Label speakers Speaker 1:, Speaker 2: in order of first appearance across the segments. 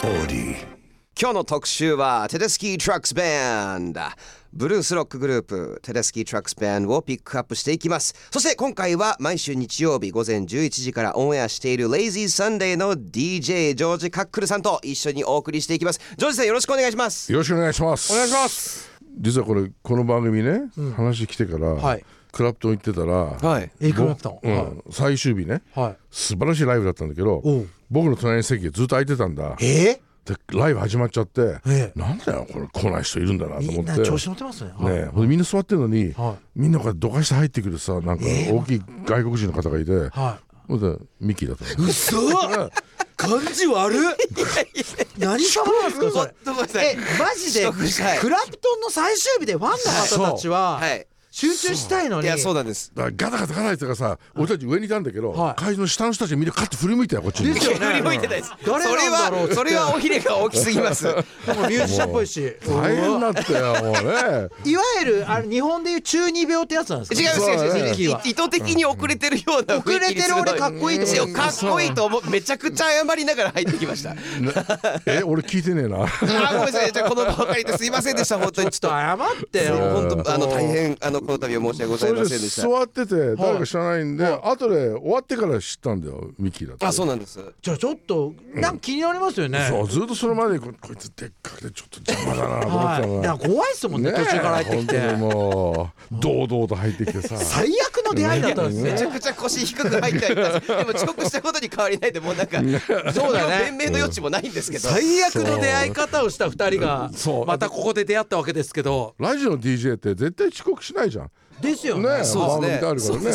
Speaker 1: 今日の特集はテデスキー・トラックス・バンドブルースロックグループテデスキー・トラックス・バンドをピックアップしていきますそして今回は毎週日曜日午前11時からオンエアしている「レイジー・サンデー」の DJ ジョージ・カックルさんと一緒にお送りしていきますジョージさんよろしくお願いします
Speaker 2: よろしくお願いします。
Speaker 3: お願いします。
Speaker 2: 実はこれこの番組ね、話来てから、
Speaker 3: はい
Speaker 2: クラプトン行ってたら、
Speaker 1: はい
Speaker 3: エイクラプトン。
Speaker 2: うん
Speaker 3: は
Speaker 2: 最終日ね
Speaker 3: い。は
Speaker 2: 素晴らしいライブだったんだけど
Speaker 3: おう
Speaker 2: 僕の隣の席がずっと空いてたんだ
Speaker 3: い。え
Speaker 2: でライブ始まっちゃって、
Speaker 3: ええ
Speaker 2: なんだよこれ来ない人いるんだなと
Speaker 3: み
Speaker 2: 思
Speaker 3: ん
Speaker 2: って
Speaker 3: な調子乗ってますね。はい
Speaker 2: ねえ、ほんでみんな座ってるのに、
Speaker 3: は
Speaker 2: みんなこうやってどかして入ってくるさなんか大きい外国人の方がいて、
Speaker 3: は
Speaker 2: ほんでミッキーだった
Speaker 3: い。
Speaker 2: の
Speaker 3: うそ感じ悪っ 何様なん ですかそれ。え、マジで、
Speaker 1: 食したい
Speaker 3: クラプトンの最終日でファンの方たちは
Speaker 1: はい
Speaker 3: 集中したいの
Speaker 1: い
Speaker 3: に。
Speaker 1: やそうなんです
Speaker 2: だからガタガタガタガタがさ俺たち上にいたんだけど、
Speaker 3: はい
Speaker 2: 会場の下の人たちみんなカッと振り向いたよこっちに
Speaker 3: ですよね。
Speaker 1: 振り向いてないですそれ
Speaker 3: 誰なんだろうっ
Speaker 1: は
Speaker 3: て
Speaker 1: それはおひれが大きす ぎます
Speaker 3: なんかミュージシャンっぽいし。
Speaker 2: 大変だったよもう ね
Speaker 3: いわゆるあれ日本でいう中二病ってやつなんですか
Speaker 1: 違います違います違います
Speaker 3: ミッキーは
Speaker 1: 意図的に遅れてるような雰囲気にするの
Speaker 3: 遅
Speaker 1: に
Speaker 3: れてる俺かっこいいと思い
Speaker 1: か
Speaker 3: ま
Speaker 1: っこいいと思うめちゃくちゃ謝りながら入ってきましたあ
Speaker 2: え俺聞いてねえな
Speaker 1: ーごめんなさいじゃあこの場を借りてすいませんでした本当にちょっ
Speaker 3: ちょ
Speaker 1: と
Speaker 3: っと謝ってよ。
Speaker 1: 本 当あの大変あのこの度は申し訳ござい
Speaker 2: そ
Speaker 1: ま
Speaker 2: れ
Speaker 1: せ
Speaker 2: で
Speaker 1: んでした
Speaker 2: 座ってて誰か知らないんで、後で終わってから知ったんだよミキだって
Speaker 1: あそうなんです
Speaker 3: じゃあちょっとなんか気になりますよね。
Speaker 2: そうずっとそれまでここいつでっかくてちょっと邪魔だなと思っ
Speaker 3: は
Speaker 2: てた
Speaker 3: い。
Speaker 2: の
Speaker 3: い
Speaker 2: が
Speaker 3: や怖いっすもんね
Speaker 2: え
Speaker 3: 途中から入ってきて。
Speaker 2: 本当にもう堂々と入ってきてさ
Speaker 3: 最悪の出会いだったんです
Speaker 1: めちゃ
Speaker 3: ね。
Speaker 1: くちゃ腰低く入ってはい たんですでも遅刻したことに変わりないでもうなんか
Speaker 3: そうだね
Speaker 1: 弁明の余地もないんですけど
Speaker 3: 最悪の出会い方をした二人が
Speaker 2: そう
Speaker 3: またここで出会ったわけですけど。
Speaker 2: ラジオの DJ って絶対遅刻しないじゃんね
Speaker 3: ですよね。
Speaker 2: え
Speaker 1: そ
Speaker 2: 番
Speaker 1: うですね
Speaker 2: 組ってあるからねね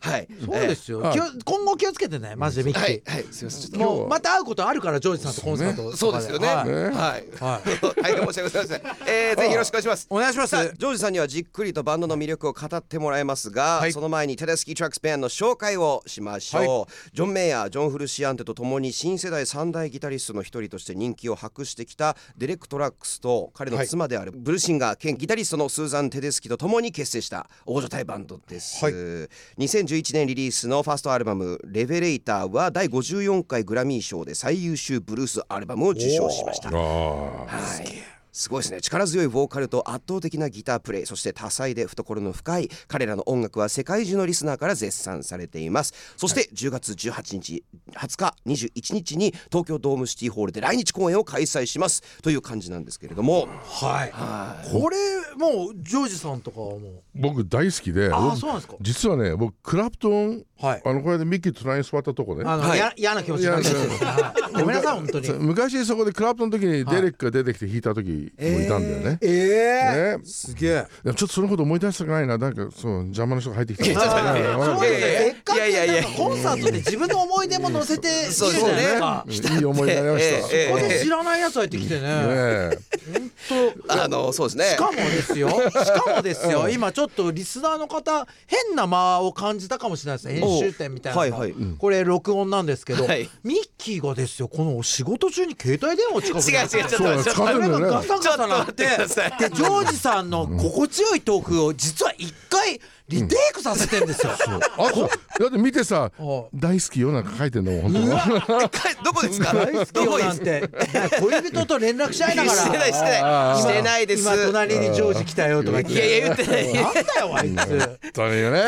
Speaker 1: はい
Speaker 3: そうですよ。
Speaker 2: はい
Speaker 3: 気を今後気をつけてねマジでミッキー。
Speaker 1: はいはいすいませんちょっ
Speaker 3: もうまた会うことあるからジョージさんとコンサート
Speaker 1: と
Speaker 3: とか
Speaker 1: そうですよね
Speaker 3: は
Speaker 1: はいい
Speaker 3: は
Speaker 1: 大変申し訳ございませんえーぜひよろしくお願いします
Speaker 3: お願いします。
Speaker 1: さあジョージさんにはじっくりとバンドの魅力を語ってもらいますが、
Speaker 3: はい
Speaker 1: その前にテレスキー・トラックス・バンドの紹介をしましょう、ジョン・メイヤージョン・フルシアンテと共に新世代三大ギタリストの一人として人気を博してきたデレック・トラックスと彼の妻であるブルシンガー兼ギタリストのスーザン・テデスキと共に結成した王女対バンドです、
Speaker 2: はい
Speaker 1: 2011年リリースのファーストアルバム「レベレーター」は第54回グラミー賞で最優秀ブルースアルバムを受賞しました
Speaker 2: あ
Speaker 1: はいすごいですね力強いボーカルと圧倒的なギタープレイそして多彩で懐の深い彼らの音楽は世界中のリスナーから絶賛されていますそして10月18日20日21日に東京ドームシティホールで来日公演を開催しますという感じなんですけれど
Speaker 3: い
Speaker 1: も
Speaker 3: はい。これもうジョージさんとかはも
Speaker 2: 僕大好きで
Speaker 3: うあ
Speaker 2: 僕
Speaker 3: あそうなんですか。
Speaker 2: 実はね僕クラプトン
Speaker 3: はい。
Speaker 2: あのこれでミッキーと隣に座ったとこね
Speaker 3: あの、
Speaker 1: はい
Speaker 3: や嫌な気持ちになっちゃってるはいごめんなさい本当に
Speaker 2: そう。昔そこでクラプトンの時にデレックが出てきて弾いた時もいたんだよね、
Speaker 3: ええ
Speaker 2: ね
Speaker 3: すげえ。
Speaker 2: でもちょっとそのこと思い出したくないななんかそう邪魔な人が入ってき
Speaker 1: い
Speaker 2: て
Speaker 1: やちょっと待って
Speaker 2: うん
Speaker 3: そうです
Speaker 1: いやいやいや
Speaker 3: ね。せっかく
Speaker 1: いやいやいや
Speaker 3: なんかコンサートで自分の思い出も乗せているじ
Speaker 1: そうです
Speaker 3: ゃ
Speaker 1: ね
Speaker 3: ないですか。
Speaker 2: うんいい思いになりました、
Speaker 1: ええ
Speaker 3: ここで知らないやつ入ってきてね。
Speaker 2: ね
Speaker 3: と
Speaker 1: あのそうですね
Speaker 3: しかもですよ。しかもですよ。今ちょっとリスナーの方変な間を感じたかもしれないですね。編集点みたいなのが。
Speaker 1: おはいはい
Speaker 3: これ録音なんですけど、
Speaker 1: はい
Speaker 3: ミッキーがですよ。このお仕事中に携帯電話を近くに
Speaker 1: 違う違うちょっと
Speaker 2: そうな
Speaker 1: 待
Speaker 2: ん
Speaker 1: っ
Speaker 2: で
Speaker 1: て
Speaker 2: す
Speaker 1: ちょ
Speaker 2: 使っ
Speaker 1: っと
Speaker 2: てるんだよね
Speaker 3: それがガサガサなってで
Speaker 1: ち ょっと待ってくださ
Speaker 3: ジョージさんの心地よいトークを実は一回リテイクさせてんですよ。
Speaker 2: あそうだって見てさ
Speaker 3: お
Speaker 2: 「大好きよ」なんか書いてんの本当 に
Speaker 1: かどこですか
Speaker 3: 大好き
Speaker 1: ど
Speaker 3: よ
Speaker 1: こで
Speaker 3: なん
Speaker 1: す
Speaker 3: て恋人と連絡し合いながら
Speaker 1: してないしてないしてないです
Speaker 3: 今隣にジョージ来たよとか言って
Speaker 1: いやいや言ってな
Speaker 3: な
Speaker 1: い
Speaker 3: んだよあいつ
Speaker 2: だよ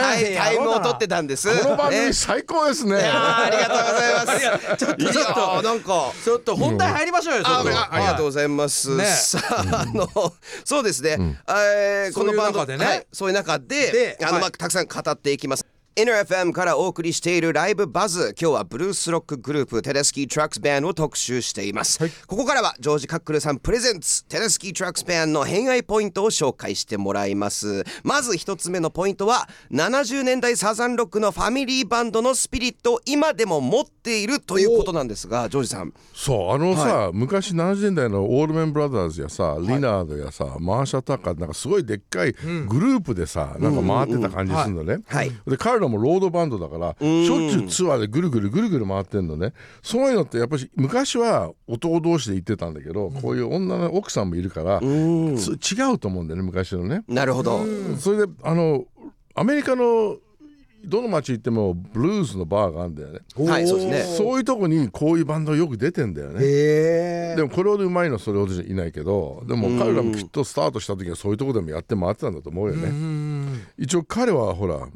Speaker 1: は
Speaker 2: ね
Speaker 1: いタイムを取ってたんです
Speaker 2: この番
Speaker 1: ね
Speaker 2: 組最高ですね
Speaker 1: いやーありがとうございますちょっとちょっとなんか
Speaker 3: ちょっと本題入りましょうよちょ
Speaker 1: あ
Speaker 3: っと
Speaker 1: あありがとうございます。
Speaker 3: ね
Speaker 1: さあ、あの、そうですね。えーこのバン
Speaker 3: そ
Speaker 1: ド
Speaker 3: ういう中でね
Speaker 1: はいそういう中で
Speaker 3: で、
Speaker 1: あの、ま
Speaker 3: は
Speaker 1: あ、
Speaker 3: い
Speaker 1: たくさん語っていきます。NFM からお送りしているライブバズ今日はブルースロックグループテレスキー・トラックス・バンドを特集しています、ここからはジョージ・カックルさんプレゼンツテレスキー・トラックス・バンドの偏愛ポイントを紹介してもらいますまず一つ目のポイントは70年代サザンロックのファミリーバンドのスピリットを今でも持っているということなんですがジョージさん
Speaker 2: そうあのさ、昔70年代のオールメンブラザーズやさリナードやさ、マーシャ・タッカーなんかすごいでっかいグループでさ、なんか回ってた感じするのね、
Speaker 1: はいは
Speaker 2: で彼らもロードバンドだからしょっちゅうツアーでぐるぐるぐるぐる回ってんのねそういうのってやっぱり昔は男同士で行ってたんだけど、こういう女の奥さんもいるから、つ違うと思うんだよね昔のね、
Speaker 1: なるほど
Speaker 2: それであのアメリカのどの街行ってもブルースのバーがあるんだよね
Speaker 1: はいそうですね
Speaker 2: そういうとこにこういうバンドよく出てんだよね
Speaker 3: へえ
Speaker 2: でもこれほどうまいのはそれほどじゃいないけどでも彼らもきっとスタートした時はそういうとこでもやって回ってたんだと思うよね、一応彼はほら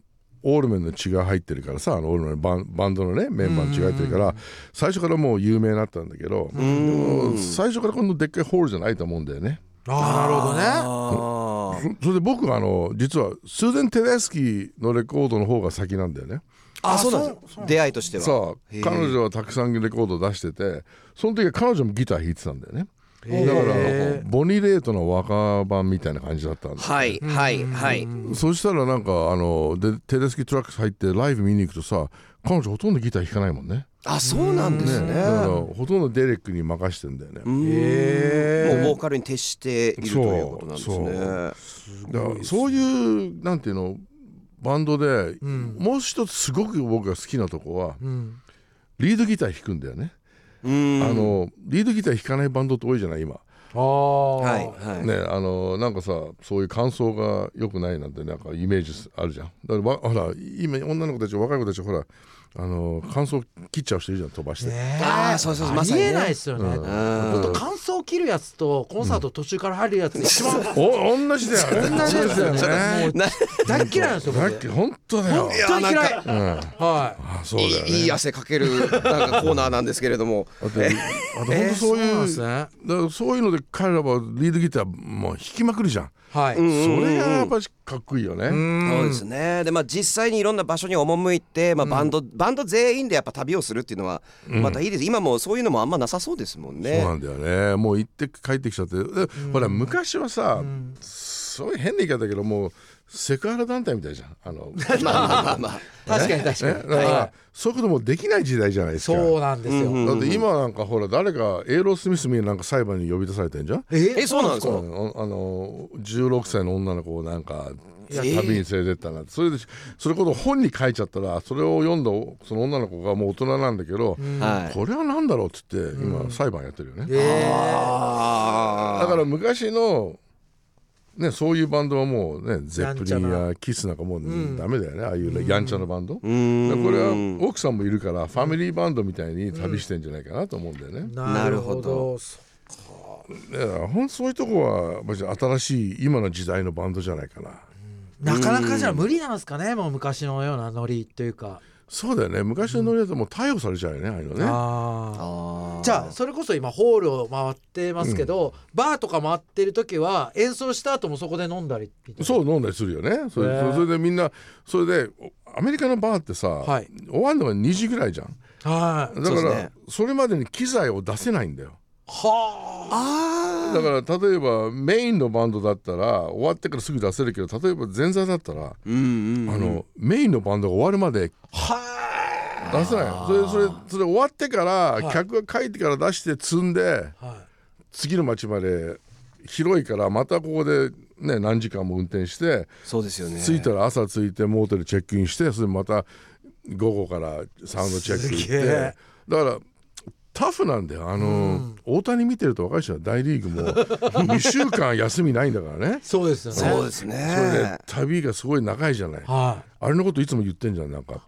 Speaker 2: オールメンの血が入ってるからさあのオールメンのバンバンドのねメンバーの血が入ってるから、最初からもう有名になったんだけど、でも最初からこのでっかいホールじゃないと思うんだよね。
Speaker 3: ああなるほどね
Speaker 2: そ
Speaker 1: あ
Speaker 2: それで僕はあの実はスーゼン・テレスキーのレコードの方が先なんだよね。
Speaker 1: あそうなんです出会いとしては
Speaker 2: さあ彼女はたくさんレコードを出しててその時は彼女もギター弾いてたんだよね。だからあのボニー・レイトの若版みたいな感じだったんだ
Speaker 1: はいはいはい
Speaker 2: そしたらなんかあのでテレスキートラックス入ってライブ見に行くとさ彼女ほとんどギター弾かないもんね
Speaker 1: あそうなんですね
Speaker 2: だからほとんどデレックに任してんだよね
Speaker 1: もうボーカルに徹しているということなんですね
Speaker 2: だからそういうなんていうのバンドで、もう一つすごく僕が好きなとこは、リードギター弾くんだよね、
Speaker 1: うん
Speaker 2: あのリードギター弾かないバンドって多いじゃない今、
Speaker 3: ああ
Speaker 1: はいは い
Speaker 2: ねあのなんかさそういう感想が良くないなんてなんかイメージあるじゃんだからわほら今女の子たち若い子たちほらあの感想切っちゃう人いるじゃん飛ばして、
Speaker 3: ね
Speaker 1: あーそうそうそうま
Speaker 3: あ
Speaker 1: さに
Speaker 3: り
Speaker 1: ね
Speaker 3: えないですよね。本当感想を切るやつとコンサート途中から入るやつ一番
Speaker 2: お同じだよね
Speaker 3: 同じですよね。もう
Speaker 1: な
Speaker 3: 大っ嫌いなんですよ。
Speaker 2: さっ
Speaker 3: 僕
Speaker 2: き本当だよ
Speaker 3: 本当に嫌い。は
Speaker 2: あそうだよね
Speaker 1: いいいい汗かけるなんかコーナーなんですけれど も
Speaker 2: あと、あと
Speaker 3: い。
Speaker 2: 本当そういう、
Speaker 3: えーそうなんですね。
Speaker 2: だからそういうので彼らはリードギターもう弾きまくるじゃん、
Speaker 3: はい。
Speaker 2: それがやっぱりかっこいいよね、
Speaker 1: そうですねでまあ実際にいろんな場所に赴いて、まあ、バンド、バンド全員でやっぱ旅をするっていうのはまたいいです、今もうそういうのもあんまなさそうですもん
Speaker 2: そう
Speaker 1: ね
Speaker 2: なんだよねもう行って帰ってきちゃって、でほら昔はさ、すごい変な言い方だけどもうセクハラ団体みたいじゃんあ のね
Speaker 1: まあまあまあまあ
Speaker 3: 確かに確か
Speaker 2: だ
Speaker 3: に。
Speaker 2: から、そういうこともできない時代じゃないですか
Speaker 3: そうなんですよ。
Speaker 2: だって今なんかほら誰かエーロスミスになんか裁判に呼び出されてんじゃん
Speaker 1: えそうなんですか
Speaker 2: うんあの16歳の女の子をなんか
Speaker 1: や
Speaker 2: 旅に連れてったなそれでそれこそ本に書いちゃったらそれを読んだその女の子がもう大人なんだけど、
Speaker 1: はい
Speaker 2: これは何だろうっつって今裁判やってるよね、
Speaker 1: あ
Speaker 2: だから昔の、ね、そういうバンドはもうねゼップリンやキスなんかもうダメだよね、ああいうやんちゃなバンド、だからこれは奥さんもいるからファミリーバンドみたいに旅してんじゃないかなと思うんだよね、
Speaker 1: なるほど。
Speaker 2: いやほんそういうとこはマジで新しい今の時代のバンドじゃないかな、
Speaker 3: なかなかじゃあ無理なんですかね。もう昔のようなノリというか。
Speaker 2: そうだよね昔のノリだともう逮捕されちゃうよねああいうのね
Speaker 3: ああ。
Speaker 1: あ
Speaker 3: じゃあそれこそ今ホールを回ってますけど、バーとか回ってる時は演奏した後もそこで飲んだりみたいな
Speaker 2: そう飲んだりするよねそれ,、
Speaker 3: へえ
Speaker 2: それでみんなそれでおアメリカのバーってさ、
Speaker 3: はい
Speaker 2: 終わるのが2時ぐらいじゃん
Speaker 3: はい。
Speaker 2: だか
Speaker 1: そうです
Speaker 2: ら
Speaker 1: ね
Speaker 2: それまでに機材を出せないんだよ
Speaker 3: はあ。
Speaker 1: あ
Speaker 2: だから例えばメインのバンドだったら終わってからすぐ出せるけど例えば前座だったら、
Speaker 1: うんうん
Speaker 2: あのメインのバンドが終わるまで
Speaker 3: は
Speaker 2: 出せないのそれそれそれ終わってから客が帰ってから出して積んで
Speaker 3: あ。はい。
Speaker 2: 次の町まで広いからまたここで、ね、何時間も運転して
Speaker 1: そうですよね
Speaker 2: 着いたら朝着いてモーテルチェックインしてそれでまた午後からサウンドチェック行っ
Speaker 3: すげえ
Speaker 2: てだからタフなんだよあの、大谷見てると若い人は大リーグも2週間休みないんだ からね
Speaker 3: そうですよね。
Speaker 1: そうです
Speaker 2: それで
Speaker 1: ね
Speaker 2: 旅がすごい長いじゃない
Speaker 3: は
Speaker 2: あれのこといつも言ってんじゃんなんか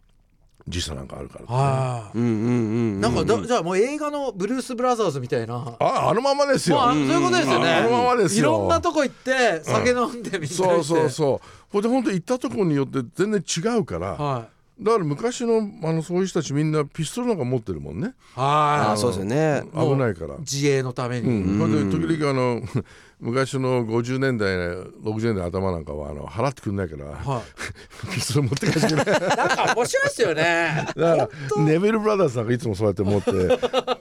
Speaker 2: 時差なんかあるから
Speaker 3: い。は
Speaker 1: うんうんうん
Speaker 3: い。なんかだ、じゃあもう映画のブルース・ブラザーズみたいな。ま
Speaker 2: ああのままですよ、
Speaker 3: あ、そういうことですよね。
Speaker 2: あのままですよ
Speaker 3: いろんなとこ行って、酒飲んでみたいな。
Speaker 2: そうそうそうほんで本当行ったところによって全然違うから、
Speaker 3: は
Speaker 2: だから昔のあのそういう人たちみんなピストルなんか持ってるもんね
Speaker 3: い。は
Speaker 1: あーそうですよね
Speaker 2: 危ないから。
Speaker 3: い。自衛のため
Speaker 2: う
Speaker 3: に。
Speaker 2: ん、ほんで時々あの 昔の50年代60年代頭なんかはあの払ってくんないから、
Speaker 3: は
Speaker 2: ピストル持って帰ってくれない
Speaker 3: なんか面白いですよ ね。
Speaker 2: だからネビル・ブラザーズなんかいつもそうやって持って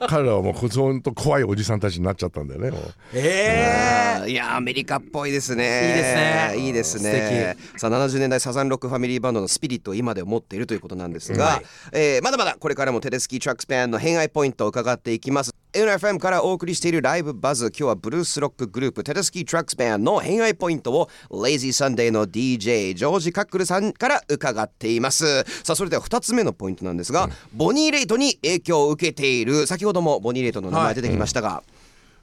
Speaker 2: 彼らはもうほんと怖いおじさんたちになっちゃったんだよねもう
Speaker 3: ええ。
Speaker 1: あーいやーアメリカっぽいですね
Speaker 3: いいですね
Speaker 1: いいですねさあ70年代サザンロックファミリーバンドのスピリットを今でも持っているということなんですが、えーまだまだこれからもテレスキートラックスペアンの偏愛ポイントを伺っていきます NFM からお送りしているライブバズ今日はブルースロックグループテレスキートラックスペアンの偏愛ポイントをレイジーサンデーの DJ ジョージ・カックルさんから伺っていますさあそれでは2つ目のポイントなんですが、ボニー・レイトに影響を受けている先ほどもボニー・レイトの名前出てきましたが、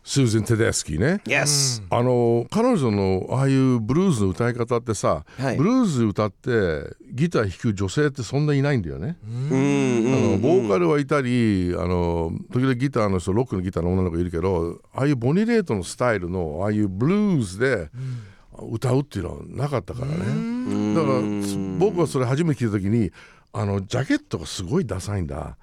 Speaker 2: スーゼン・テデスキーね
Speaker 1: Yes
Speaker 2: あの彼女のああいうブルースの歌い方ってさ、
Speaker 1: はい
Speaker 2: ブルース歌ってギター弾く女性ってそんないないんだよね、
Speaker 1: うん
Speaker 2: あのボーカルはいたりあの時々ギターの人ロックのギターの女の子いるけどああいうボニーレートのスタイルのああいうブルースで歌うっていうのはなかったからね、だから僕はそれ初めて聞いた時にあのジャケットがすごいダサいんだ。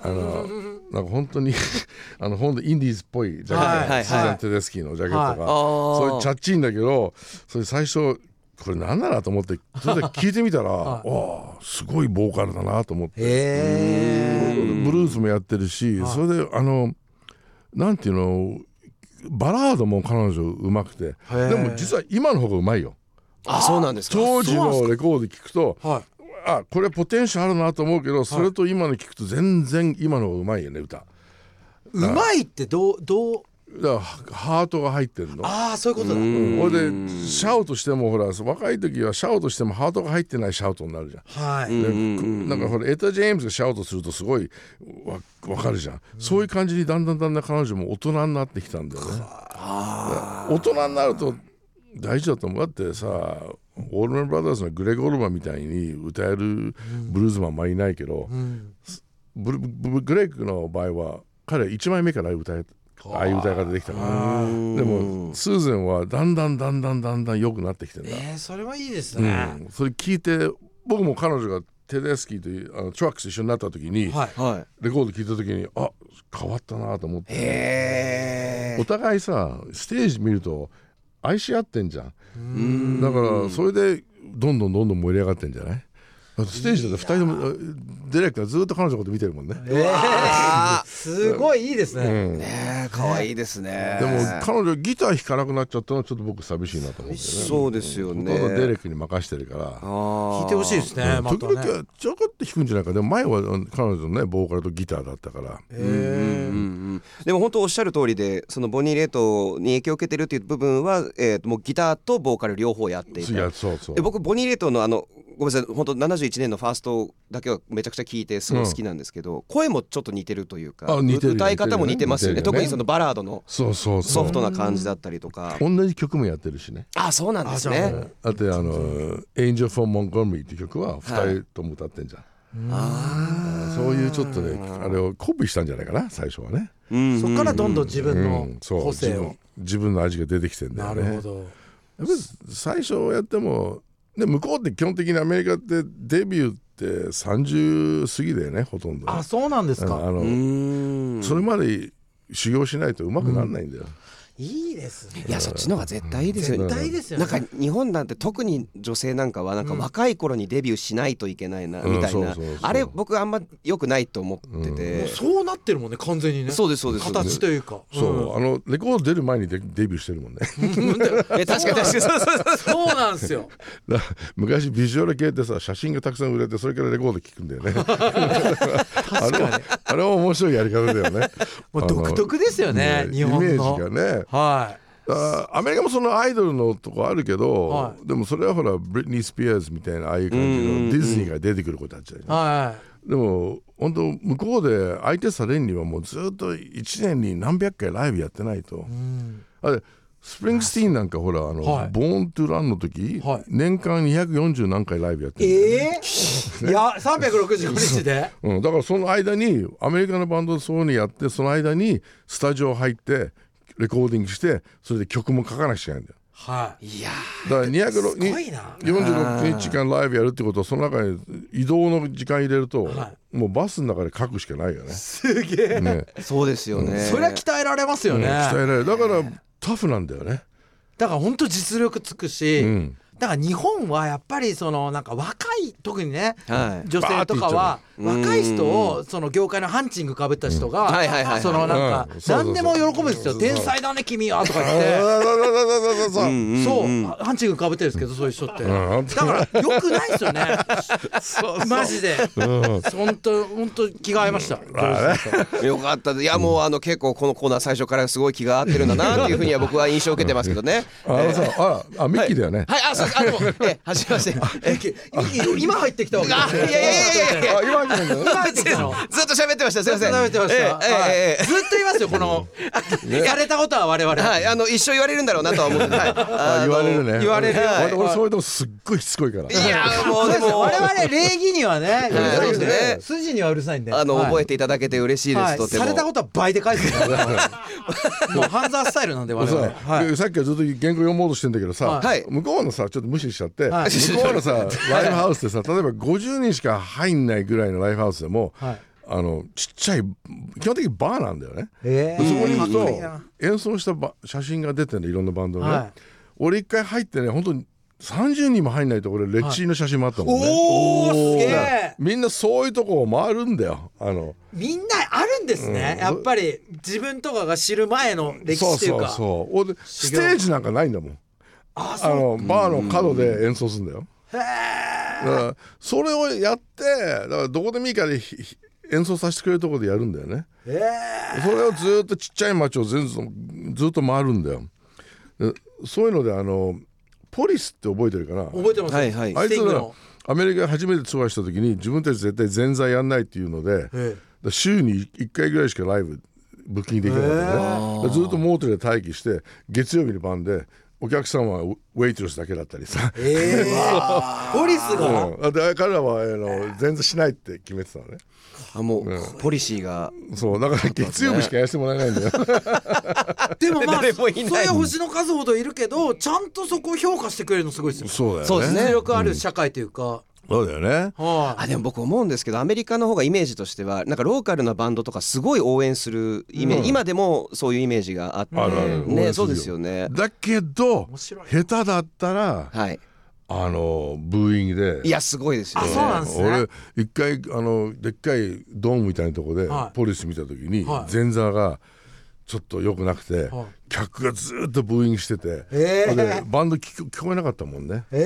Speaker 2: あのなんか本当に あの本当インディーズっぽいジャケット、
Speaker 3: はい
Speaker 1: はい
Speaker 2: スーザン・テデスキーのジャケットが、
Speaker 3: はい
Speaker 1: ー
Speaker 2: そういうチャッチいんだけどそれ最初これ何だなと思ってそれで聞いてみたら、ああすごいボーカルだなと思って。
Speaker 3: え
Speaker 2: ブルースもやってるし、それであのなんていうのバラードも彼女うまくてでも実は今の方がうまいよ
Speaker 1: あそうなんですか
Speaker 2: 当時
Speaker 3: そうなんす
Speaker 2: のレコード聞くと
Speaker 3: はい
Speaker 2: あこれポテンシャルあるなと思うけどそれと今の聞くと全然今の方がうまいよね歌だか
Speaker 3: うまいってどうどう
Speaker 2: らハートが入ってるの
Speaker 3: ああそういうことだ
Speaker 2: ほいでシャウトしてもほら若い時はシャウトしてもハートが入ってないシャウトになるじゃん
Speaker 3: はい、
Speaker 2: でなんかほらエタ・ジェームズがシャウトするとすごいわわかるじゃん、そういう感じにだんだんだんだん彼女も大人になってきたんだよね大人になると大事だと思うだってさオールマン・ブラザーズのグレゴルマンみたいに歌えるブルーズマンもいないけど、ブルブグレッグの場合は彼は1枚目からああいう歌えああいう歌い方できたからでもスーゼンはだんだんだんだんだんだん良くなってきてんだ
Speaker 3: えー、それはいいですね、
Speaker 2: それ聞いて僕も彼女がテデスキーというあのトラックス一緒になった時に、
Speaker 3: はい
Speaker 1: はい
Speaker 2: レコード聞いた時にあ変わったなと思って
Speaker 1: へ
Speaker 2: お互いさステージ見ると愛し合ってんじゃんだからそれでどんどんどんどん盛り上がってんじゃないだってステージだって2人ともあディレクターずっと彼女のこと見てるもんね
Speaker 3: え
Speaker 1: あ
Speaker 3: すごいいいですね、
Speaker 1: ーねえ可愛いですね
Speaker 2: でも彼女ギター弾かなくなっちゃったのはちょっと僕寂しいなと思うんだよね
Speaker 1: そうですよね
Speaker 2: 僕はディレクに任してるから
Speaker 3: 聞いてほしいですね、ま
Speaker 2: 時
Speaker 3: たね
Speaker 2: 々はちょこっと弾くんじゃないかでも前はあの彼女のねボーカルとギターだったから
Speaker 1: でも本当おっしゃる通りでそのボニー・レイトに影響を受けてるっていう部分は、えーともうギターとボーカル両方やってい
Speaker 2: い
Speaker 1: て
Speaker 2: やそうそう
Speaker 1: で僕ボニー・レイトのあのごめんなさい本当71年のファーストだけはめちゃくちゃ聞いてすごい好きなんですけど、声もちょっと似てるというか
Speaker 2: あ似てる
Speaker 1: う歌い方も似てますよね
Speaker 2: 似てるよね
Speaker 1: 特にそのバラードの
Speaker 2: そうそうそ
Speaker 1: ソ
Speaker 2: う
Speaker 1: フトな感じだったりとか、
Speaker 2: 同じ曲もやってるしね
Speaker 1: あそうなんです
Speaker 3: あじ
Speaker 1: ね
Speaker 2: だってあの「エンジェル・フォン・モンゴルミー」っていう曲は二人とも歌ってんじゃん、あーそういうちょっとねあれをコピーしたんじゃないかな最初はね、
Speaker 3: そこからどんどん自分
Speaker 2: う
Speaker 3: の
Speaker 2: ん、そう
Speaker 3: 個性を、
Speaker 2: 自分自分の味が出てきてんだ
Speaker 3: な
Speaker 2: よ
Speaker 3: る
Speaker 2: ね
Speaker 3: ほど、
Speaker 2: やっぱり最初やってもで向こうって基本的にアメリカってデビューって30過ぎだよねほとんど
Speaker 3: あそうなんですか、
Speaker 2: あの、
Speaker 1: うん
Speaker 2: それまで修行しないとうまくならないんだよ、
Speaker 3: いいですね
Speaker 1: いやそっちの方が絶対いいですよね
Speaker 3: 絶対ですよ
Speaker 1: な
Speaker 3: ね
Speaker 1: んか日本なんて特に女性なんかはなんか若い頃にデビューしないといけないな
Speaker 2: うん
Speaker 1: みたい
Speaker 2: うん
Speaker 1: な
Speaker 2: そうそうそう
Speaker 1: あれ僕あんま良くないと思ってて、
Speaker 3: そうなってるもんね完全にね
Speaker 1: そうですそうですそうです
Speaker 3: 形というか
Speaker 2: そう、あのレコード出る前にデデビューしてるもんね
Speaker 1: え確かに確かにそうそうそう
Speaker 3: そうなんです よ
Speaker 2: だ昔ビジュアル系ってさ写真がたくさん売れてそれからレコード聴くんだよね あれはあれは面白いやり方だよね
Speaker 3: もう独特ですよね
Speaker 2: あの
Speaker 3: 日本の
Speaker 2: イメージがね
Speaker 3: はい
Speaker 2: あアメリカもそのアイドルのとこあるけど、
Speaker 3: は
Speaker 2: でもそれはほらブリトニー・スピアーズみたいなああいう感じのディズニーが出てくる子たちだよね
Speaker 3: はい
Speaker 2: でも本当向こうで相手されんにはもうずっと1年に何百回ライブやってないと、あれスプリングスティーンなんかほらあの、
Speaker 3: はい
Speaker 2: ボーン・トゥ・ランの時、
Speaker 3: はい
Speaker 2: 年間240何回ライブやってる、
Speaker 3: えー、いや365日で
Speaker 2: うん、だからその間にアメリカのバンドでそういうのやってその間にスタジオ入ってレコーディングしてそれで曲も書かなくちゃいけないんだよ
Speaker 3: はい
Speaker 1: いや
Speaker 2: だから206
Speaker 3: すごいな
Speaker 2: 46日間ライブやるってことはその中に移動の時間入れると、
Speaker 3: は
Speaker 2: もうバスの中で書くしかないよね。
Speaker 3: すげえ、
Speaker 2: ね
Speaker 1: ーそうですよね、
Speaker 3: そりゃ鍛えられますよね、
Speaker 2: 鍛えられるだからタフなんだよね
Speaker 3: だから本当実力つくし、
Speaker 2: ん
Speaker 3: だから日本はやっぱりそのなんか若い特にね、
Speaker 1: はい
Speaker 3: 女性とかは
Speaker 1: バーって言っちゃう
Speaker 3: 若い人をその業界のハンチングかぶった人
Speaker 1: うんはいはいはいは
Speaker 3: が
Speaker 1: い
Speaker 3: そのなんか
Speaker 2: うんそうそうそう
Speaker 3: 何でも喜ぶんですよ「天才だね君は」とか言って。そうハンチングかぶってるんですけどそういう人って
Speaker 2: ん
Speaker 3: だからよくないですよねマジで本当本当気が合いました上司と
Speaker 1: よかったですいやもうあの結構このコーナー最初からすごい気が合ってるんだなっていうふうには僕は印象を受けてますけどね
Speaker 2: あのさああミッキーだよね、
Speaker 1: はいあそうあでもえはじめましてえ
Speaker 3: い今入ってきたわけ
Speaker 1: あいやいやいやいや
Speaker 2: あ今見てんの
Speaker 3: 今入って
Speaker 1: ず
Speaker 3: きたの
Speaker 1: ずっと喋ってましたすいません
Speaker 3: 舐めてました、
Speaker 1: ええええ
Speaker 3: はい
Speaker 1: え
Speaker 3: ずっと言いますよこ のやれたことは我々、
Speaker 1: えはいあの一生言われるんだろうなとは思ってはい
Speaker 2: あ
Speaker 1: あ
Speaker 2: 言
Speaker 1: の
Speaker 2: われるね
Speaker 1: 言われる
Speaker 2: 俺
Speaker 1: はい
Speaker 2: 俺そういうとこすっごいしつこいから
Speaker 1: いや
Speaker 3: そ
Speaker 1: もう
Speaker 3: う
Speaker 1: で
Speaker 3: ですね
Speaker 1: も
Speaker 3: 我々礼儀にはね、
Speaker 1: そうですね
Speaker 3: 筋にはうるさいんで
Speaker 1: あの、
Speaker 3: はい
Speaker 1: 覚えていただけて嬉しいです、
Speaker 3: はい
Speaker 1: とても
Speaker 3: されたことは倍で返すんだよ もう半沢スタイルなんで我
Speaker 2: そう
Speaker 3: 々はい
Speaker 2: でさっきはずっと原稿読もうとしてんだけどさ、
Speaker 1: はい
Speaker 2: 向こうのさちょっと無視しちゃって、
Speaker 3: はい
Speaker 2: 向こうのさライブハウスでさ例えば50人しか入んないぐらいのライブハウスでも、
Speaker 3: はい
Speaker 2: あのちっちゃい基本的にバーなんだよね。
Speaker 3: え
Speaker 2: そこに
Speaker 3: ー
Speaker 2: 行く
Speaker 3: かっこいいな
Speaker 2: と演奏したば写真が出てるのいろんなバンドのね、
Speaker 3: はい
Speaker 2: 俺一回入ってね本当に30人も入んないところでレッチリの写真もあったもんね、
Speaker 3: おーすげ
Speaker 2: だか
Speaker 3: え
Speaker 2: らみんなそういうとこを回るんだよあの
Speaker 3: みんなあるんですね、やっぱり自分とかが知る前の歴
Speaker 2: そう
Speaker 3: 史とい
Speaker 2: そうう
Speaker 3: か
Speaker 2: そう俺ステージなんかないんだもん
Speaker 3: あ
Speaker 2: あのバーの角で演奏するんだよだからそれをやってだからどこでもいいからひひ演奏させてくれるところでやるんだよね
Speaker 3: ええ
Speaker 2: それをずっとちっちゃい町を全ずずっと回るんだよでそういうのであのポリスって覚えてるかな
Speaker 3: 覚えてます
Speaker 1: はいはい
Speaker 2: あい
Speaker 3: ステ
Speaker 2: つ
Speaker 3: ィング
Speaker 2: ら
Speaker 3: の
Speaker 2: アメリカで初めてツアーした時に自分たち絶対全座やんないっていうので、
Speaker 3: え
Speaker 2: だ週に1回ぐらいしかライブブッキングできなかったのね、だずっとモーテルで待機して月曜日の晩でお客さんはウェイトレスだけだったりさ、
Speaker 3: ええポリスが、
Speaker 2: うん、で彼らはあの全然しないって決めてたのね
Speaker 1: あもう、ポリシーが
Speaker 2: そうだから月曜日しかやらせてもらえないんだよ
Speaker 3: でもまあ
Speaker 1: 誰
Speaker 3: そ
Speaker 1: も
Speaker 3: う
Speaker 1: いない
Speaker 3: いう星の数ほどいるけどちゃんとそこを評価してくれるのすごいですよ
Speaker 2: そうだよね
Speaker 1: そうですね
Speaker 3: 実力ある社会というか、
Speaker 2: そうだよね
Speaker 3: はい
Speaker 1: あでも僕思うんですけどアメリカの方がイメージとしてはなんかローカルなバンドとかすごい応援するイメージ、今でもそういうイメージがあって、
Speaker 2: あるある応援する
Speaker 1: ね
Speaker 2: よ
Speaker 1: そうですよね
Speaker 2: だけど
Speaker 3: 白い
Speaker 2: 下手だったら
Speaker 1: はい
Speaker 2: あのブーイングで
Speaker 1: いやすごいですよね
Speaker 3: あそうなんですね
Speaker 2: 俺一回あのでっかいドームみたいなとこで
Speaker 3: はい
Speaker 2: ポリス見た時に
Speaker 3: はい
Speaker 2: 前座がちょっと良くなくて
Speaker 3: はい
Speaker 2: 客がずっとブーイングしてて
Speaker 3: ええ
Speaker 2: でバンド聞こ聞こえなかったもんね
Speaker 1: う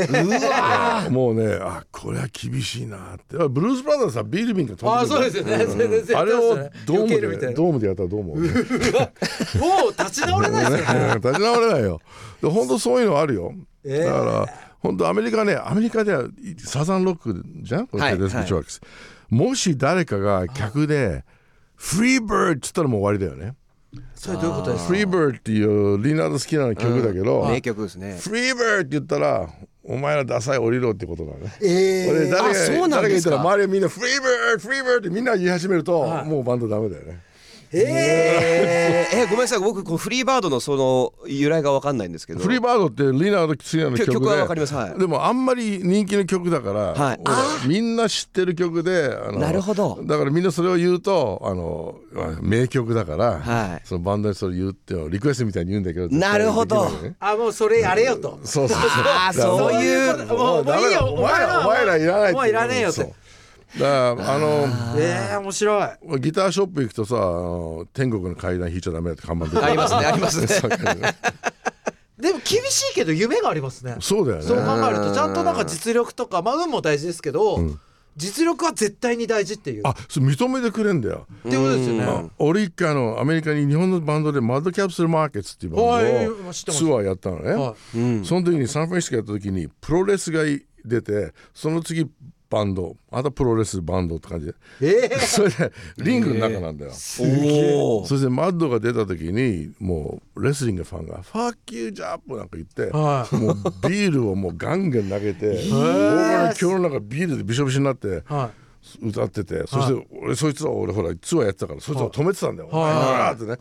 Speaker 1: わ
Speaker 2: もうねあこれは厳しいなってブルース・ブラザーズはビール瓶が飛んでくる
Speaker 3: ああそうですよね、それで絶対
Speaker 2: あれ
Speaker 3: そう
Speaker 2: を
Speaker 3: ですよね
Speaker 2: ドー
Speaker 3: 避
Speaker 2: ム
Speaker 3: けるみた
Speaker 2: で
Speaker 3: いな
Speaker 2: ドームでやったらどう思うね
Speaker 3: もう立ち直 れないですよね
Speaker 2: 立ち直れないよで本当そういうのあるよ
Speaker 3: え
Speaker 2: だから本当アメリカねアメリカではサザンロックじゃんこれ
Speaker 1: はい
Speaker 2: テレスピチュアークスもし誰かが客で「フリーバード」っつったらもう終わりだよね
Speaker 3: それどういうことです
Speaker 2: フリーバードっていうリーナード・スキナーの曲だけど
Speaker 1: 名曲ですね
Speaker 2: フリーバーって言ったらお前らダサい降りろってことだね。
Speaker 3: え
Speaker 2: 俺誰
Speaker 1: あ
Speaker 2: が
Speaker 1: そうなん
Speaker 2: 誰が
Speaker 1: で
Speaker 2: 言っ
Speaker 1: す
Speaker 2: た
Speaker 1: から
Speaker 2: 周りがみんなフリーバーフリーバーってみんな言い始めると、もうバンドダメだよね。
Speaker 1: えー、えごめんなさい僕こうフリーバードのその由来がわかんないんですけど
Speaker 2: フリーバードってリナード・キツヤの曲で
Speaker 1: 曲はわかりますはい
Speaker 2: でもあんまり人気の曲だから、
Speaker 1: はい
Speaker 2: 俺みんな知ってる曲であの
Speaker 1: なるほど
Speaker 2: だからみんなそれを言うとあの名曲だから、
Speaker 1: はい
Speaker 2: そのバンドにそれ言うっていうのをリクエストみたいに言うんだけど
Speaker 1: なるほど
Speaker 2: 絶対できないね
Speaker 3: あもうそれやれよと、
Speaker 2: そうそうそう
Speaker 1: あーそういう
Speaker 3: そういうこともうもういいよ
Speaker 2: お前らお前らいらないって
Speaker 3: お前いらねえよって
Speaker 2: そうだからあの
Speaker 3: ええ面白い
Speaker 2: ギターショップ行くとさあの「天国の階段弾いちゃダメだ」って看板出て
Speaker 1: ありますねありますね
Speaker 3: でも厳しいけど夢がありますね
Speaker 2: そうだよね
Speaker 3: そう考えるとちゃんとなんか実力とかまあ運も大事ですけど、実力は絶対に大事っていう
Speaker 2: あそれ認めてくれんだよ
Speaker 3: ってことですよね、
Speaker 2: あ俺一回あのアメリカに日本のバンドでマッドキャプスルマーケッツっていうバ
Speaker 3: はい
Speaker 2: ンド
Speaker 3: 知って
Speaker 2: を
Speaker 3: ます
Speaker 2: ツアーやったのね、
Speaker 3: は
Speaker 2: その時にサンフランシスコやった時にプロレスが出てその次バンドまたプロレスバンドって感じで
Speaker 3: ええ
Speaker 2: それでリングの中なんだよ、
Speaker 1: おお
Speaker 2: そしてマッドが出た時にもうレスリングファンが「ファッキュージャープ」なんか言って、
Speaker 3: はい
Speaker 2: もうビールをもうガンガン投 げて俺の今日の中ビールでびしょびしょになって。
Speaker 3: はい
Speaker 2: 歌っててそして俺そいつは俺ほらツアーやってたからそいつは止めてたんだよ「お前
Speaker 3: はい
Speaker 2: らってね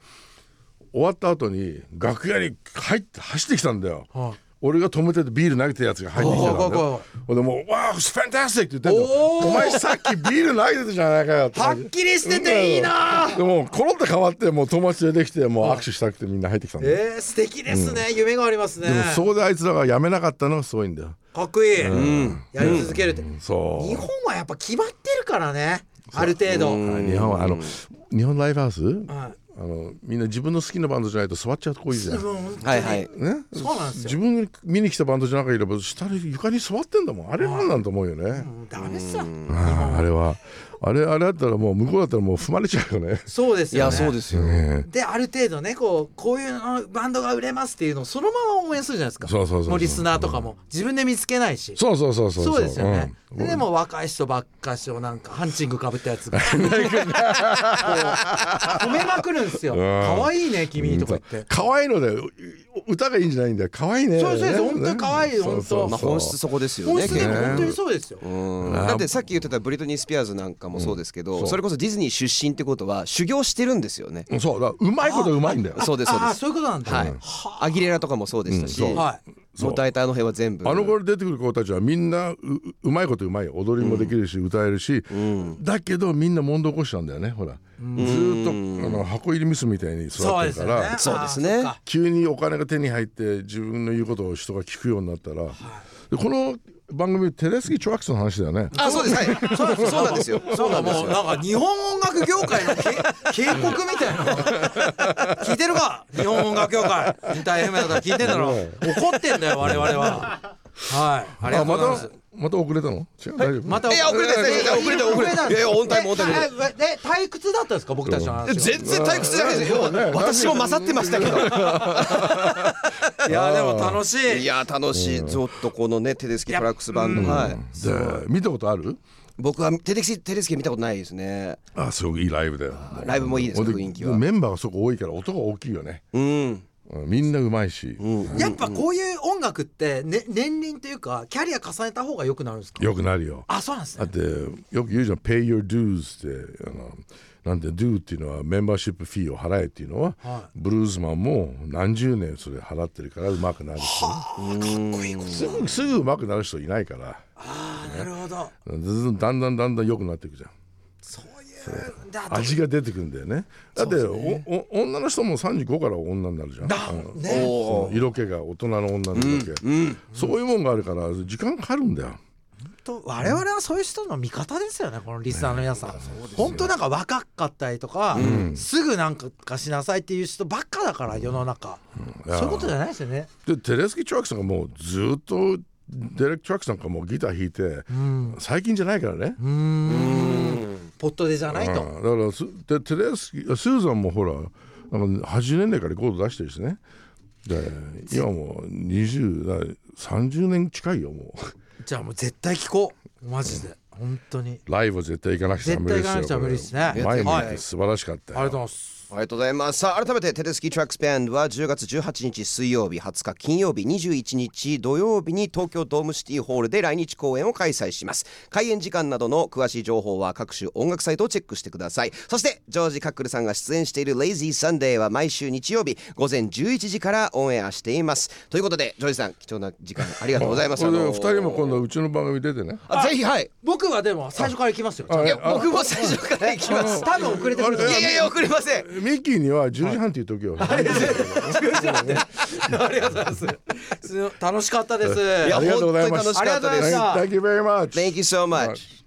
Speaker 2: 終わった後に楽屋に入って走ってきたんだよ、
Speaker 3: はい
Speaker 2: 俺が止めててビール投げてるやつが入ってきてたんだ
Speaker 3: おー怖い怖い
Speaker 2: よほんでもう「わあファンタスティック!」って言ってん
Speaker 3: おー
Speaker 2: の「お前さっきビール投げてたじゃないかよ」って
Speaker 3: は
Speaker 2: 感
Speaker 3: っ
Speaker 2: じ
Speaker 3: きりしてていいな
Speaker 2: でもコロッと変わってもう友達でできてもう握手したくてみんな入ってきたんだよ、
Speaker 3: えー、素敵ですね、夢がありますね
Speaker 2: でもそこであいつらがやめなかったのがすごいんだよ
Speaker 3: かっこいい、やり続けるって、
Speaker 2: そう
Speaker 3: 日本はやっぱ決まってるからねある程度、
Speaker 2: はい日本はあの日本ライブハウス、
Speaker 3: は
Speaker 2: あのみんな自分の好きなバンドじゃないと座っちゃうとこいいじゃん
Speaker 3: い、もう本当に
Speaker 1: はいはい
Speaker 2: ね、
Speaker 3: そうなんですよ
Speaker 2: 自分が見に来たバンドじゃなければ下に床に座ってんだもんあれなんなんと思うよね、
Speaker 3: ダメさ、
Speaker 2: あああれはあれあれだったらもう向こうだったらもう踏まれちゃうよね。
Speaker 3: そうです
Speaker 4: いや
Speaker 3: よ、ね、
Speaker 4: そうですよ、
Speaker 2: ね
Speaker 3: である程度ねこうこういうのバンドが売れますっていうのをそのまま応援するじゃないですか
Speaker 2: そうそうそうそう
Speaker 3: もリスナーとかも自分で見つけないし
Speaker 2: そうそうそうそう
Speaker 3: そうですよね、
Speaker 2: うん
Speaker 3: ででも若い人ばっかしをなんかハンチングかぶったや つがこう褒めまくるんですよ「
Speaker 2: ん
Speaker 3: 可愛いね君」とか言って。
Speaker 2: 可愛いのでう歌がいいんじゃないんだよ可愛いね
Speaker 3: そうそうです本当に可愛い
Speaker 2: ね
Speaker 3: 本
Speaker 2: そうそ
Speaker 3: 当
Speaker 2: うそう
Speaker 3: ま
Speaker 1: まあ、本質そこですよね
Speaker 3: 本質でも
Speaker 1: 結
Speaker 3: 本当にそうですよ、
Speaker 1: 構うんだってさっき言ってたブリトニー・スピアーズなんかもそうですけど、
Speaker 2: そう
Speaker 1: それこそディズニー出身ってことは修行してるんですよね
Speaker 2: うんそうだからうまいことうまいんだよ
Speaker 1: そうですそ
Speaker 3: あ
Speaker 1: うで
Speaker 3: あ
Speaker 1: す
Speaker 3: そういうことなんだ、
Speaker 1: はいアギレラとかもそうでしたし、
Speaker 2: うんそう
Speaker 3: はい
Speaker 2: そう
Speaker 1: もう大体あの辺は全部
Speaker 2: あの頃出てくる子たちはみんなうううまいことうまいよ踊りもできるし歌えるし、だけどみんな問答起こしなんだよねほら、ずーっとあの箱入りミスみたいに育
Speaker 3: そう
Speaker 2: って
Speaker 3: です
Speaker 2: るか
Speaker 3: よ
Speaker 2: ら、
Speaker 3: ね
Speaker 1: そうですね
Speaker 3: ああそっか
Speaker 2: 急にお金が手に入って自分の言うことを人が聞くようになったら、でこの番組テレスキー・トラックスの話だよね。
Speaker 1: あそうですはいそうそうなんですよ
Speaker 3: そうだもうなんか日本音楽業界のけ 警告みたいなの聞いてるか日本音楽業界引退 FM だったら聞いてんだろ怒ってんだよ我々ははいありがとうございます
Speaker 2: また遅れたの違う大丈夫
Speaker 3: また
Speaker 1: いや遅れてない遅れて遅れていやいやオンタイムオンタイム
Speaker 3: ムえ退屈だったんですか僕たちの話は
Speaker 1: 全然退屈じゃないですよ私も勝ってましたけど
Speaker 3: いやでも楽しい
Speaker 1: いや楽しいちょっとこのねテレスキトラックスバンドはい
Speaker 2: で見たことある
Speaker 1: 僕はテレスキテレスキ見たことないですね
Speaker 2: あすごくいいライブだよもう
Speaker 1: ライブもいいです
Speaker 2: ほん
Speaker 1: 雰囲気は
Speaker 2: もうメンバーがすごく多いから音が大きいよね、
Speaker 1: うん
Speaker 2: うんみんなうまいし、
Speaker 3: やっぱこういう音楽って、ね、年輪というかキャリア重ねた方が良くなるんですか
Speaker 2: よくなるよ
Speaker 3: あそうなんです
Speaker 2: だっ
Speaker 3: ね
Speaker 2: てよく言うじゃん「pay your dues」ってあのなんて「do」っていうのはメンバーシップフィーを払えっていうのは、ブルーズマンも何十年それ払ってるからうまくなるし、すぐすぐうまくなる人いないから
Speaker 3: なるほど
Speaker 2: ずんだんだんだんだん良くなっていくじゃん
Speaker 3: そういうであと
Speaker 2: 味が出てくんだよねだっておお女の人も35から女になるじゃんあの
Speaker 3: ね
Speaker 2: その色気が大人の女の色気、そういうもんがあるから時間かかるんだよ
Speaker 3: と我々はそういう人の味方ですよねこのリスナーの皆さん、本当なんか若かったりとか、すぐなんかしなさいっていう人ばっかだから世の中、そういうことじゃないですよね
Speaker 2: でテレスキ・チュラクさんがもうずっとデレック・チュラクさんがもうギター弾いて、最近じゃないからね、うん
Speaker 3: ポットでじゃない
Speaker 2: だ
Speaker 3: と、
Speaker 2: からすでテレスキスーザンもほらなんか80年代からレコード出してるしねで今もう20だから30年近いよも
Speaker 3: じゃあもう絶対聞こうマジで、本当に
Speaker 2: うライブは絶対行かなくちゃダメですよ
Speaker 3: 絶対行かなくちゃ無理ですね
Speaker 2: これ前も言って
Speaker 3: はい
Speaker 2: 素晴らしかったよ、
Speaker 3: ありがとうございます
Speaker 1: ありがとうございます。さあ、改めて、テレスキートラックスバンドは10月18日水曜日、20日金曜日、21日土曜日に東京ドームシティホールで来日公演を開催します。開演時間などの詳しい情報は各種音楽サイトをチェックしてください。そして、ジョージ・カックルさんが出演している Lazy Sunday は毎週日曜日午前11時からオンエアしています。ということで、ジョージさん、貴重な時間ありがとうございま
Speaker 2: こ
Speaker 1: した。
Speaker 2: れで
Speaker 1: あの
Speaker 2: 2人も今度うちの番組出てね
Speaker 1: あぜひ、はい。
Speaker 3: 僕はでも最初から行きますよ
Speaker 2: あ
Speaker 1: い
Speaker 2: れ
Speaker 1: や、
Speaker 2: あ
Speaker 1: 僕も最初から行きます。
Speaker 3: 多分遅れてくる
Speaker 1: いやいやいや、遅れません。
Speaker 2: ミッキーには10時半って言っとくよ、
Speaker 3: ありがとうござい ますす楽しかったです
Speaker 1: いや、
Speaker 2: ありがとうございま
Speaker 1: 本
Speaker 2: す
Speaker 1: 当に
Speaker 3: ありが
Speaker 1: 楽しかった
Speaker 3: とうござい
Speaker 1: で
Speaker 3: まし
Speaker 1: す。
Speaker 3: た
Speaker 2: Thank you very much
Speaker 1: Thank you so much.